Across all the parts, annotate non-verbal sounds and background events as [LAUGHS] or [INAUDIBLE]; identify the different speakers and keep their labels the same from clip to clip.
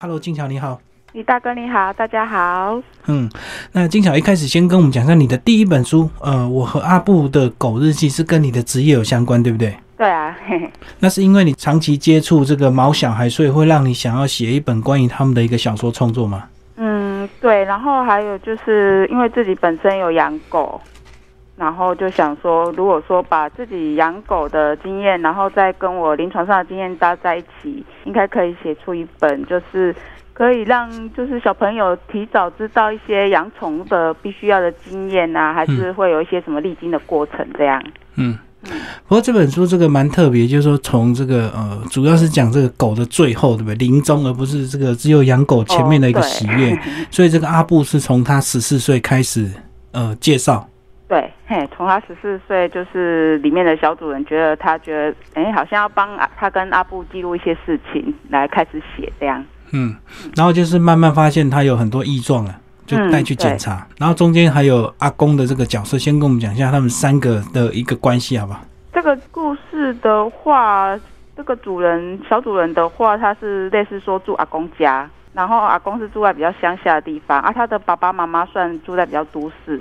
Speaker 1: Hello，金巧你好。
Speaker 2: 李大哥你好，大家好。
Speaker 1: 嗯，那金巧一开始先跟我们讲一下你的第一本书，呃，我和阿布的狗日记是跟你的职业有相关，对不对？
Speaker 2: 对啊，嘿嘿
Speaker 1: 那是因为你长期接触这个毛小孩，所以会让你想要写一本关于他们的一个小说创作吗？
Speaker 2: 嗯，对。然后还有就是因为自己本身有养狗，然后就想说，如果说把自己养狗的经验，然后再跟我临床上的经验搭在一起，应该可以写出一本，就是可以让就是小朋友提早知道一些养宠物的必须要的经验啊，还是会有一些什么历经的过程这样。
Speaker 1: 嗯。不过这本书这个蛮特别，就是说从这个呃，主要是讲这个狗的最后，对不对？临终，而不是这个只有养狗前面的一个
Speaker 2: 哦对
Speaker 1: 喜悦。所以这个阿布是从他十四岁开始，呃，介绍。
Speaker 2: 对，嘿，从他十四岁，就是里面的小主人觉得他觉得，哎，好像要帮啊他跟阿布记录一些事情，来开始写这样。
Speaker 1: 嗯，然后就是慢慢发现他有很多异状了，就
Speaker 2: 嗯
Speaker 1: 带去检查。然后中间还有阿公的这个角色，先跟我们讲一下他们三个的一个关系，好不好？
Speaker 2: 这个故事的话，这个主人小主人的话，他是类似说住阿公家，然后阿公是住在比较乡下的地方，啊，他的爸爸妈妈算住在比较都市，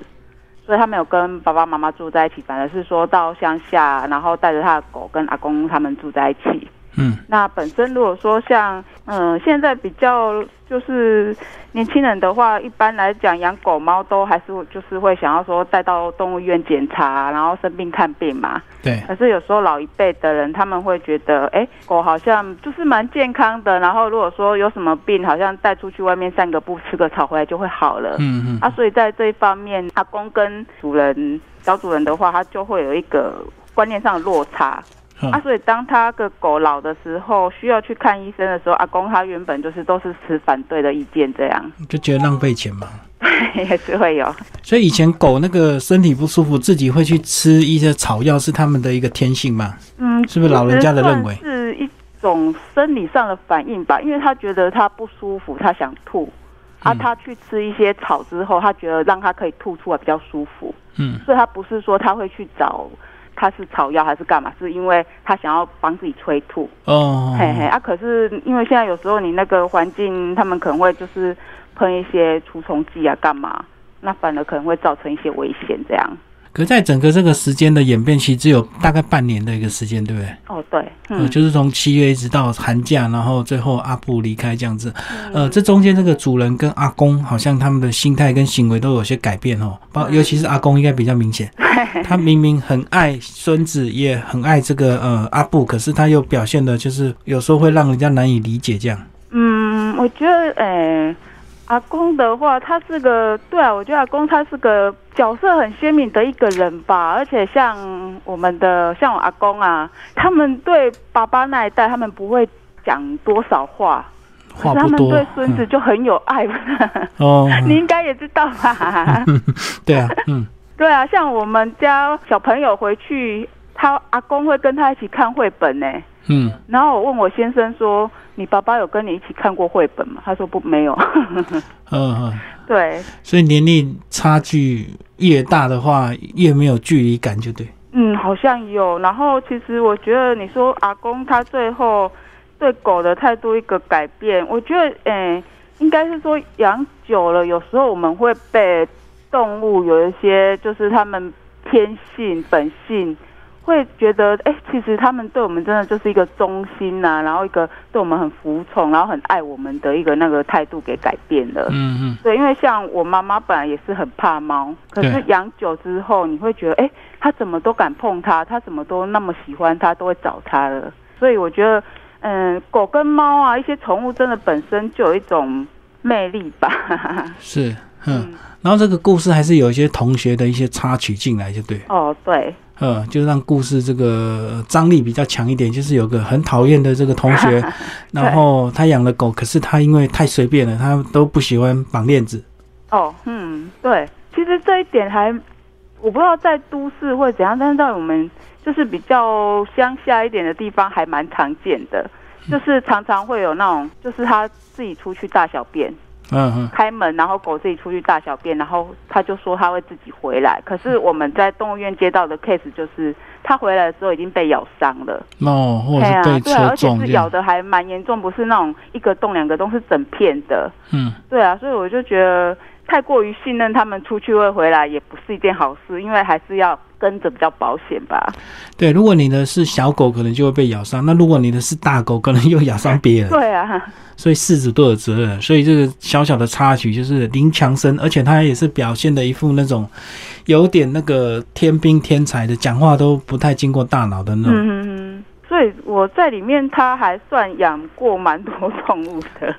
Speaker 2: 所以他没有跟爸爸妈妈住在一起，反而是说到乡下，然后带着他的狗跟阿公他们住在一起。
Speaker 1: 嗯
Speaker 2: 那本身如果说像嗯、呃现在比较就是年轻人的话，一般来讲养狗猫都还是会就是会想要说带到动物医院检查，然后生病看病嘛。
Speaker 1: 对，
Speaker 2: 可是有时候老一辈的人他们会觉得，哎，狗好像就是蛮健康的，然后如果说有什么病，好像带出去外面散个步，吃个草回来就会好了。
Speaker 1: 嗯嗯
Speaker 2: 啊，所以在这一方面，阿公跟主人小主人的话，他就会有一个观念上的落差。
Speaker 1: 嗯
Speaker 2: 啊，所以当他的狗老的时候，需要去看医生的时候，阿公他原本就是都是持反对的意见，这样 [LAUGHS]
Speaker 1: 就觉得浪费钱嘛。
Speaker 2: 也是会有。
Speaker 1: 所以以前狗那个身体不舒服，自己会去吃一些草药，是他们的一个天性嘛。
Speaker 2: 嗯，
Speaker 1: 是不是老人家的认为
Speaker 2: 其实算是一种生理上的反应吧？因为他觉得他不舒服，他想吐，啊，
Speaker 1: 嗯
Speaker 2: 他去吃一些草之后，他觉得让他可以吐出来比较舒服，
Speaker 1: 嗯
Speaker 2: 所以他不是说他会去找他是草药还是干嘛，是因为他想要帮自己催吐。
Speaker 1: 哦，
Speaker 2: 嘿嘿啊，可是因为现在有时候你那个环境，他们可能会就是喷一些除虫剂啊，干嘛？那反而可能会造成一些危险，这样。
Speaker 1: 可在整个这个时间的演变，其实只有大概半年的一个时间，对不对？
Speaker 2: 哦，对，
Speaker 1: 呃，
Speaker 2: 嗯，
Speaker 1: 就是从七月一直到寒假，然后最后阿布离开这样子。
Speaker 2: 嗯
Speaker 1: 呃，这中间这个主人跟阿公，好像他们的心态跟行为都有些改变哦，
Speaker 2: 嗯
Speaker 1: 包尤其是阿公应该比较明
Speaker 2: [LAUGHS]
Speaker 1: 显。他明明很爱孙子，也很爱这个呃阿布，可是他又表现的就是有时候会让人家难以理解这样。
Speaker 2: 嗯，我觉得，诶、阿公的话，他是个对啊，我觉得阿公他是个角色很鲜明的一个人吧，而且像我们的像我阿公啊，他们对爸爸那一代，他们不会讲多少话，可
Speaker 1: 话
Speaker 2: 是他
Speaker 1: 不
Speaker 2: 们
Speaker 1: 多，
Speaker 2: 对孙子
Speaker 1: 嗯
Speaker 2: 就很有爱，
Speaker 1: 哦，
Speaker 2: [LAUGHS] 你应该也知道吧？
Speaker 1: 对啊，嗯，
Speaker 2: 对啊，像我们家小朋友回去，他阿公会跟他一起看绘本呢。
Speaker 1: 嗯，
Speaker 2: 然后我问我先生说：“你爸爸有跟你一起看过绘本吗？”他说：“不，没有。 [LAUGHS]
Speaker 1: 嗯嗯，”
Speaker 2: 对，
Speaker 1: 所以年龄差距越大的话，越没有距离感，就对。
Speaker 2: 嗯，好像有。然后其实我觉得你说阿公他最后对狗的态度一个改变，我觉得，诶，应该是说养久了，有时候我们会被动物有一些就是他们天性本性。会觉得，哎、其实他们对我们真的就是一个忠心呐、然后一个对我们很服从，然后很爱我们的一个那个态度给改变了。
Speaker 1: 嗯嗯。
Speaker 2: 对，因为像我妈妈本来也是很怕猫，可是
Speaker 1: 对
Speaker 2: 养久之后，你会觉得，哎，它怎么都敢碰它，它怎么都那么喜欢它，都会找它了。所以我觉得，嗯，狗跟猫啊，一些宠物真的本身就有一种魅力吧。 [LAUGHS]
Speaker 1: 是，嗯
Speaker 2: 嗯，
Speaker 1: 然后这个故事还是有一些同学的一些插曲进来，就对，
Speaker 2: 哦，对，
Speaker 1: 嗯，就让故事这个呃张力比较强一点。就是有个很讨厌的这个同
Speaker 2: [LAUGHS]
Speaker 1: 学，然后他养了狗，可是他因为太随便了，他都不喜欢绑链子。
Speaker 2: 哦，嗯，对，其实这一点还我不知道在都市会怎样，但是在我们就是比较乡下一点的地方还蛮常见的，就是常常会有那种就是他自己出去大小便。
Speaker 1: 嗯嗯，
Speaker 2: 开门，然后狗自己出去大小便，然后他就说他会自己回来。可是我们在动物院接到的 case 就是，他回来的时候已经被咬伤了，
Speaker 1: 哦，或者
Speaker 2: 对
Speaker 1: 是
Speaker 2: 啊，
Speaker 1: 被
Speaker 2: 对啊，
Speaker 1: 车
Speaker 2: 而且
Speaker 1: 撞这
Speaker 2: 是咬
Speaker 1: 样，
Speaker 2: 的还蛮严重，不是那种一个洞两个洞，是整片的。
Speaker 1: 嗯，
Speaker 2: 对啊，所以我就觉得太过于信任他们出去会回来也不是一件好事，因为还是要跟着比较保险吧。
Speaker 1: 对。如果你的是小狗，可能就会被咬伤；那如果你的是大狗，可能又咬伤别人。
Speaker 2: 对啊，
Speaker 1: 所以事主都有责任。所以这个小小的插曲就是林强生，而且他也是表现的一副那种有点那个天兵天才的，讲话都不太经过大脑的那种。
Speaker 2: 嗯哼哼。所以我在里面，他还算养过蛮多动物的，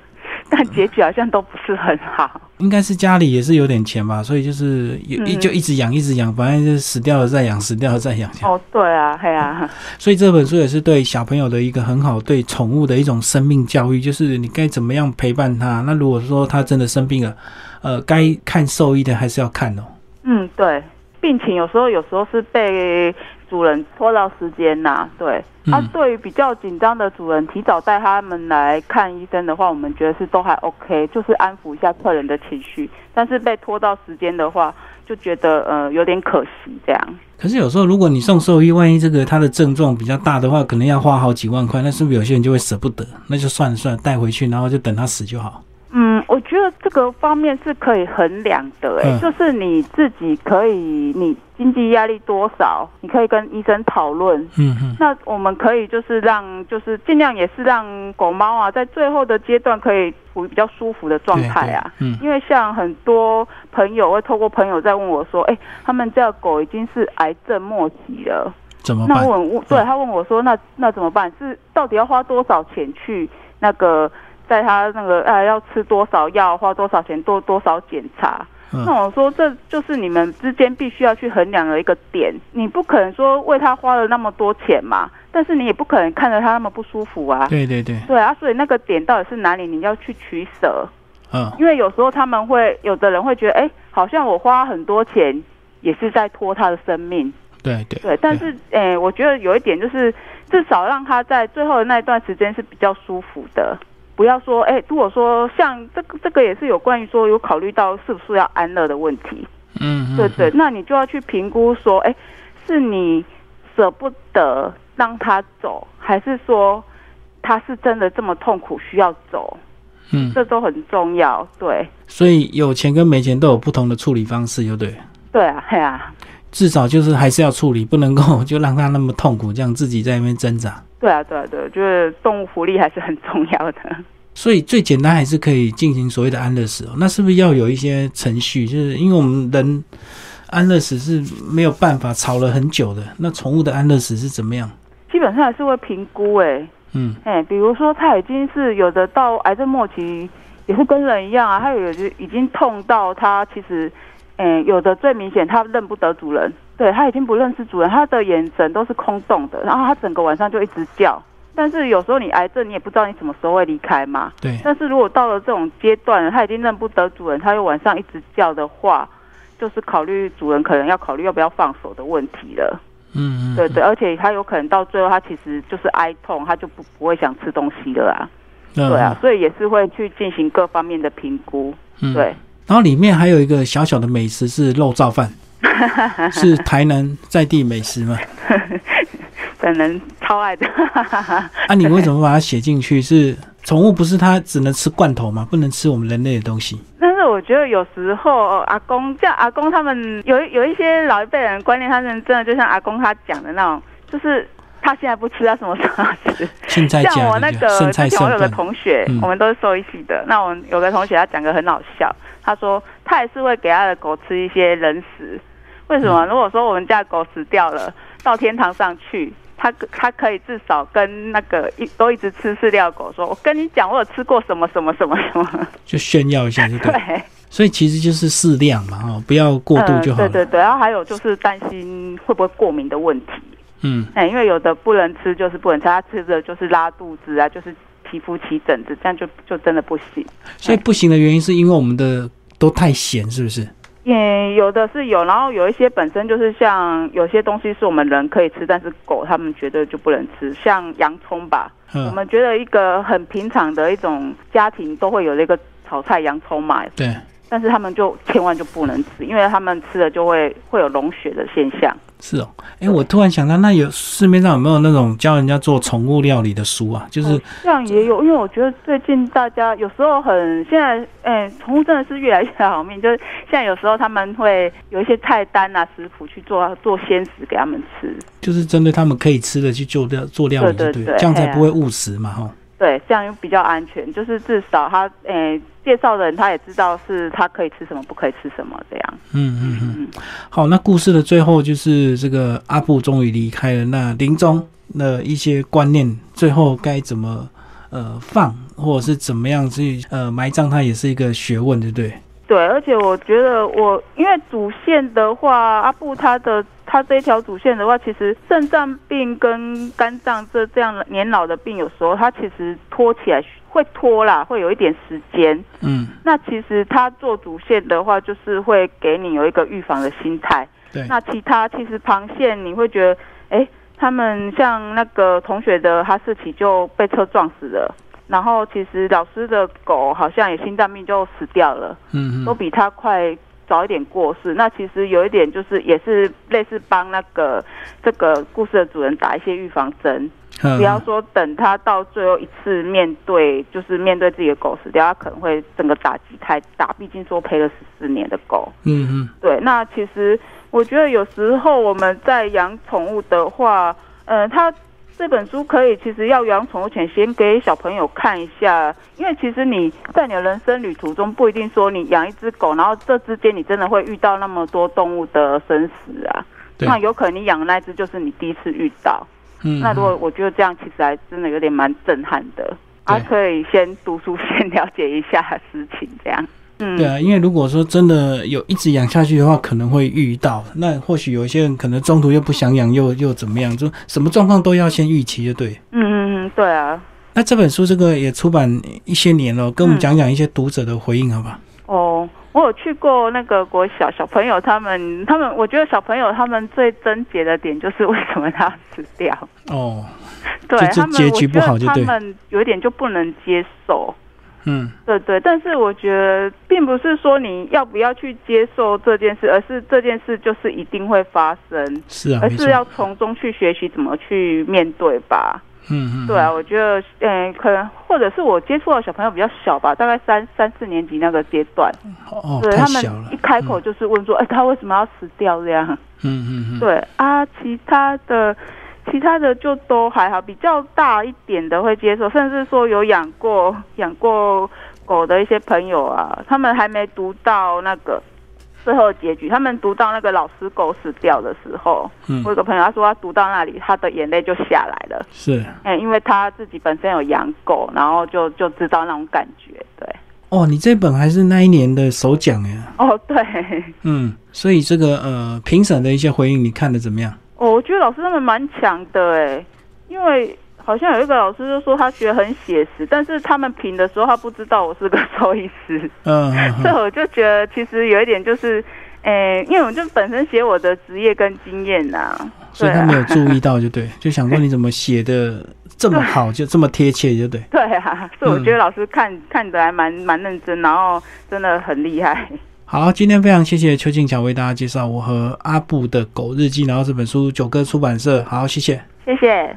Speaker 2: 但结局好像都不是很好。
Speaker 1: 应该是家里也是有点钱吧，所以就是有一
Speaker 2: 嗯
Speaker 1: 就一直养一直养，反正就是死掉了再养，死掉了再养。
Speaker 2: 哦，对啊，嘿啊，
Speaker 1: 所以这本书也是对小朋友的一个很好对宠物的一种生命教育，就是你该怎么样陪伴它。那如果说它真的生病了，呃，该看兽医的还是要看哦。
Speaker 2: 嗯，对，病情有时候有时候是被主人拖到时间呐、对。啊
Speaker 1: 嗯，
Speaker 2: 对于比较紧张的主人，提早带他们来看医生的话，我们觉得是都还 OK，就是安抚一下客人的情绪。但是被拖到时间的话，就觉得呃有点可惜这样。
Speaker 1: 可是有时候，如果你送兽医，万一这个它的症状比较大的话，可能要花好几万块，那是不是有些人就会舍不得？那就算了算了，带回去，然后就等它死就好。
Speaker 2: 嗯，我觉得这个方面是可以衡量的、欸，
Speaker 1: 嗯
Speaker 2: 就是你自己可以，你经济压力多少，你可以跟医生讨论，
Speaker 1: 嗯嗯
Speaker 2: 那我们可以就是让，就是尽量也是让狗猫啊，在最后的阶段可以处于比较舒服的状态啊。
Speaker 1: 对对嗯
Speaker 2: 因为像很多朋友会透过朋友在问我说，哎、他们家的狗已经是癌症末期了，
Speaker 1: 怎么
Speaker 2: 那
Speaker 1: 办？嗯
Speaker 2: 问我对他问我说，那那怎么办？是到底要花多少钱去那个，在他那个呃要吃多少药，花多少钱做多少检查？那
Speaker 1: 嗯
Speaker 2: 我说，这就是你们之间必须要去衡量的一个点。你不可能说为他花了那么多钱嘛，但是你也不可能看着他那么不舒服啊。
Speaker 1: 对对对，
Speaker 2: 对啊，所以那个点到底是哪里，你要去取舍。
Speaker 1: 嗯，
Speaker 2: 因为有时候他们会，有的人会觉得，哎，好像我花很多钱也是在拖他的生命。
Speaker 1: 对对
Speaker 2: 对，但是，哎，我觉得有一点就是，至少让他在最后的那一段时间是比较舒服的。不要说，哎，如果说像这个，这个也是有关于说有考虑到是不是要安乐的问题。
Speaker 1: 嗯嗯
Speaker 2: 对对
Speaker 1: 嗯，
Speaker 2: 那你就要去评估说，哎，是你舍不得让他走，还是说他是真的这么痛苦需要走？
Speaker 1: 嗯，
Speaker 2: 这都很重要。对
Speaker 1: 所以有钱跟没钱都有不同的处理方式，就对了。
Speaker 2: 对啊，嘿啊，
Speaker 1: 至少就是还是要处理，不能够 [LAUGHS] 就让它那么痛苦，这样自己在那边挣扎。
Speaker 2: 对啊，对啊，对啊，就是动物福利还是很重要的。
Speaker 1: 所以最简单还是可以进行所谓的安乐死哦。那是不是要有一些程序？就是因为我们人安乐死是没有办法吵了很久的。那宠物的安乐死是怎么样？
Speaker 2: 基本上还是会评估、哎，
Speaker 1: 嗯，
Speaker 2: 哎，比如说他已经是有的到癌症末期，也是跟人一样啊，他有的已经痛到他其实，嗯，有的最明显他认不得主人，对他已嗯经不认识主人，他的眼神都是空洞的，然后他整个晚上就一直叫。但是有时候你癌症，你也不知道你什么时候会离开嘛。
Speaker 1: 对，
Speaker 2: 但是如果到了这种阶段了，他已经认不得主人，他又晚上一直叫的话，就是考虑主人可能要考虑要不要放手的问题了。
Speaker 1: 嗯嗯，
Speaker 2: 对对，而且他有可能到最后，他其实就是哀痛，他就不不会想吃东西了啊。
Speaker 1: 嗯
Speaker 2: 对啊，，所以也是会去进行各方面的评估。
Speaker 1: 嗯。
Speaker 2: 对，
Speaker 1: 然后里面还有一个小小的美食是肉燥
Speaker 2: [LAUGHS]
Speaker 1: 饭，是台南在地美食嘛？
Speaker 2: 本人超爱的。
Speaker 1: 啊，你为什么把它写进去？是宠物不是它只能吃罐头嘛，不能吃我们人类的东西？
Speaker 2: [LAUGHS] 但是我觉得有时候呃阿公像阿公他们有有一些老一辈人的观念，他们真的就像阿公他讲的那种，就是他现在不吃，他什么时候要吃？
Speaker 1: 青菜
Speaker 2: 像
Speaker 1: 加
Speaker 2: 我那
Speaker 1: 的
Speaker 2: 个
Speaker 1: 剩
Speaker 2: 之
Speaker 1: 菜
Speaker 2: 前
Speaker 1: 剩
Speaker 2: 我有个
Speaker 1: 饭，
Speaker 2: 同学，
Speaker 1: 嗯
Speaker 2: 我们都是兽医系的。那我们有个同学，他讲个很好笑，他说他也是会给他的狗吃一些人食。为什么？如果说我们家的狗死掉
Speaker 1: [LAUGHS]
Speaker 2: 了，到天堂上去，他他可以至少跟那个一都一直吃饲料的狗说，我跟你讲，我有吃过什么什么什么什么。
Speaker 1: 就炫耀一下就对
Speaker 2: [LAUGHS] 对
Speaker 1: 了。，所以其实就是适量嘛，哈、不要过度就好
Speaker 2: 嗯。对
Speaker 1: 了。
Speaker 2: 对对，然后还有就是担心会不会过敏的问题。
Speaker 1: 嗯，
Speaker 2: 哎，因为有的不能吃就是不能吃，他吃的就是拉肚子啊，就是皮肤起疹子，这样就就真的不行。
Speaker 1: 所以不行的原因是因为我们的都太咸，是不是？
Speaker 2: 嗯，有的是有，然后有一些本身就是像有些东西是我们人可以吃，但是狗他们觉得就不能吃，像洋葱吧，我
Speaker 1: 嗯
Speaker 2: 们觉得一个很平常的一种家庭都会有的一个炒菜、洋葱嘛，
Speaker 1: 对，
Speaker 2: 但是他们就千万就不能吃，因为他们吃了就会会有溶血的现象。
Speaker 1: 是哦。哎、我突然想到，那有市面上有没有那种教人家做宠物料理的书啊？就是
Speaker 2: 这样也有，因为我觉得最近大家有时候很现在，哎，宠物真的是越来越好命。就是现在有时候他们会有一些菜单啊、食谱去做做鲜食给他们吃，
Speaker 1: 就是针对他们可以吃的去做料做料理就
Speaker 2: 对对
Speaker 1: 对了，
Speaker 2: 对
Speaker 1: 这样才
Speaker 2: 哎呀
Speaker 1: 不会误食嘛哦哈。
Speaker 2: 对，这样又比较安全。就是至少他哎介绍的人他也知道是他可以吃什么，不可以吃什么这样。
Speaker 1: 嗯嗯嗯。好，那故事的最后就是这个阿布终于离开了，那临终的一些观念，最后该怎么呃放，或者是怎么样去呃埋葬，它也是一个学问，对不对？
Speaker 2: 对，而且我觉得我因为主线的话，阿布他的他这一条主线的话，其实肾脏病跟肝脏这这样的年老的病，有时候他其实拖起来会拖啦，会有一点时间。
Speaker 1: 嗯，
Speaker 2: 那其实他做主线的话，就是会给你有一个预防的心态。
Speaker 1: 对，
Speaker 2: 那其他其实螃蟹你会觉得，哎，他们像那个同学的哈士奇就被车撞死了，然后其实老师的狗好像也心脏病就死掉了。
Speaker 1: 嗯
Speaker 2: 都
Speaker 1: 嗯，
Speaker 2: 比他快早一点过世。那其实有一点就是，也是类似帮那个这个故事的主人打一些预防针，不要
Speaker 1: 嗯
Speaker 2: 说等他到最后一次面对，就是面对自己的狗死掉，他可能会整个打击太大。毕竟说陪了十四年的狗，
Speaker 1: 嗯
Speaker 2: 对。那其实我觉得有时候我们在养宠物的话，呃，它。这本书可以，其实要养宠物前，先给小朋友看一下，因为其实你在你的人生旅途中，不一定说你养一只狗，然后这之间你真的会遇到那么多动物的生死啊。
Speaker 1: 对
Speaker 2: 那有可能你养的那只就是你第一次遇到。
Speaker 1: 嗯，
Speaker 2: 那如果我觉得这样，其实还真的有点蛮震撼的。
Speaker 1: 对
Speaker 2: 啊，可以先读书， [LAUGHS] 先了解一下事情，这样。嗯，
Speaker 1: 对啊，因为如果说真的有一直养下去的话，可能会遇到。那或许有一些人可能中途又不想养，又又怎么样，就什么状况都要先预期，就对。
Speaker 2: 嗯嗯嗯，对啊。
Speaker 1: 那这本书这个也出版一些年了，跟我们讲讲一些读者的回应，好不好？
Speaker 2: 哦，我有去过那个国小小朋友他们，他们我觉得小朋友他们最纠结的点就是为什么他要死
Speaker 1: [LAUGHS]
Speaker 2: 掉，
Speaker 1: 哦，
Speaker 2: 对
Speaker 1: 就这
Speaker 2: 他们
Speaker 1: 结局不好
Speaker 2: 我
Speaker 1: 就
Speaker 2: 觉得
Speaker 1: 对
Speaker 2: 他们有点就不能接受。
Speaker 1: 嗯，
Speaker 2: 对对，但是我觉得并不是说你要不要去接受这件事，而是这件事就是一定会发生，
Speaker 1: 是啊，
Speaker 2: 而
Speaker 1: 没错
Speaker 2: 是，要从中去学习怎么去面对吧。
Speaker 1: 嗯嗯，
Speaker 2: 对啊，我觉得，嗯，可能或者是我接触的小朋友比较小吧，大概三三四年级那个阶段，
Speaker 1: 哦，
Speaker 2: 对
Speaker 1: 太
Speaker 2: 他们
Speaker 1: 小了
Speaker 2: 一，开口就是问说，哎、他为什么要死掉这样？
Speaker 1: 嗯嗯嗯，，
Speaker 2: 对啊，其他的其他的就都还好，比较大一点的会接受，甚至说有养过养过狗的一些朋友啊，他们还没读到那个最后结局，他们读到那个老师狗死掉的时候，
Speaker 1: 嗯
Speaker 2: 我有个朋友他说他读到那里，他的眼泪就下来了，
Speaker 1: 是，
Speaker 2: 嗯，因为他自己本身有养狗，然后就就知道那种感觉，对，
Speaker 1: 哦，你这本还是那一年的首奖哎，
Speaker 2: 哦对。
Speaker 1: 嗯，所以这个呃评审的一些回应，你看的怎么样？
Speaker 2: 哦，我觉得老师他们蛮强的哎，因为好像有一个老师就说他学很写实，但是他们评的时候他不知道我是个 [LAUGHS] 兽医师，
Speaker 1: 嗯嗯
Speaker 2: [LAUGHS] 所以
Speaker 1: 嗯
Speaker 2: 我就觉得其实有一点就是，诶，因为我就本身写我的职业跟经验呐、
Speaker 1: 所
Speaker 2: 对
Speaker 1: 以他没有
Speaker 2: 啊，
Speaker 1: 注意到，就对，就想说你怎么写的这么
Speaker 2: [LAUGHS]
Speaker 1: 好，就这么贴切，就对。
Speaker 2: 对啊，所以我觉得老师看、看得还蛮蛮认真，然后真的很厉害。
Speaker 1: 好，今天非常谢谢邱静巧为大家介绍我和阿布的狗日记，然后这本书九歌出版社，好，谢谢。
Speaker 2: 谢谢。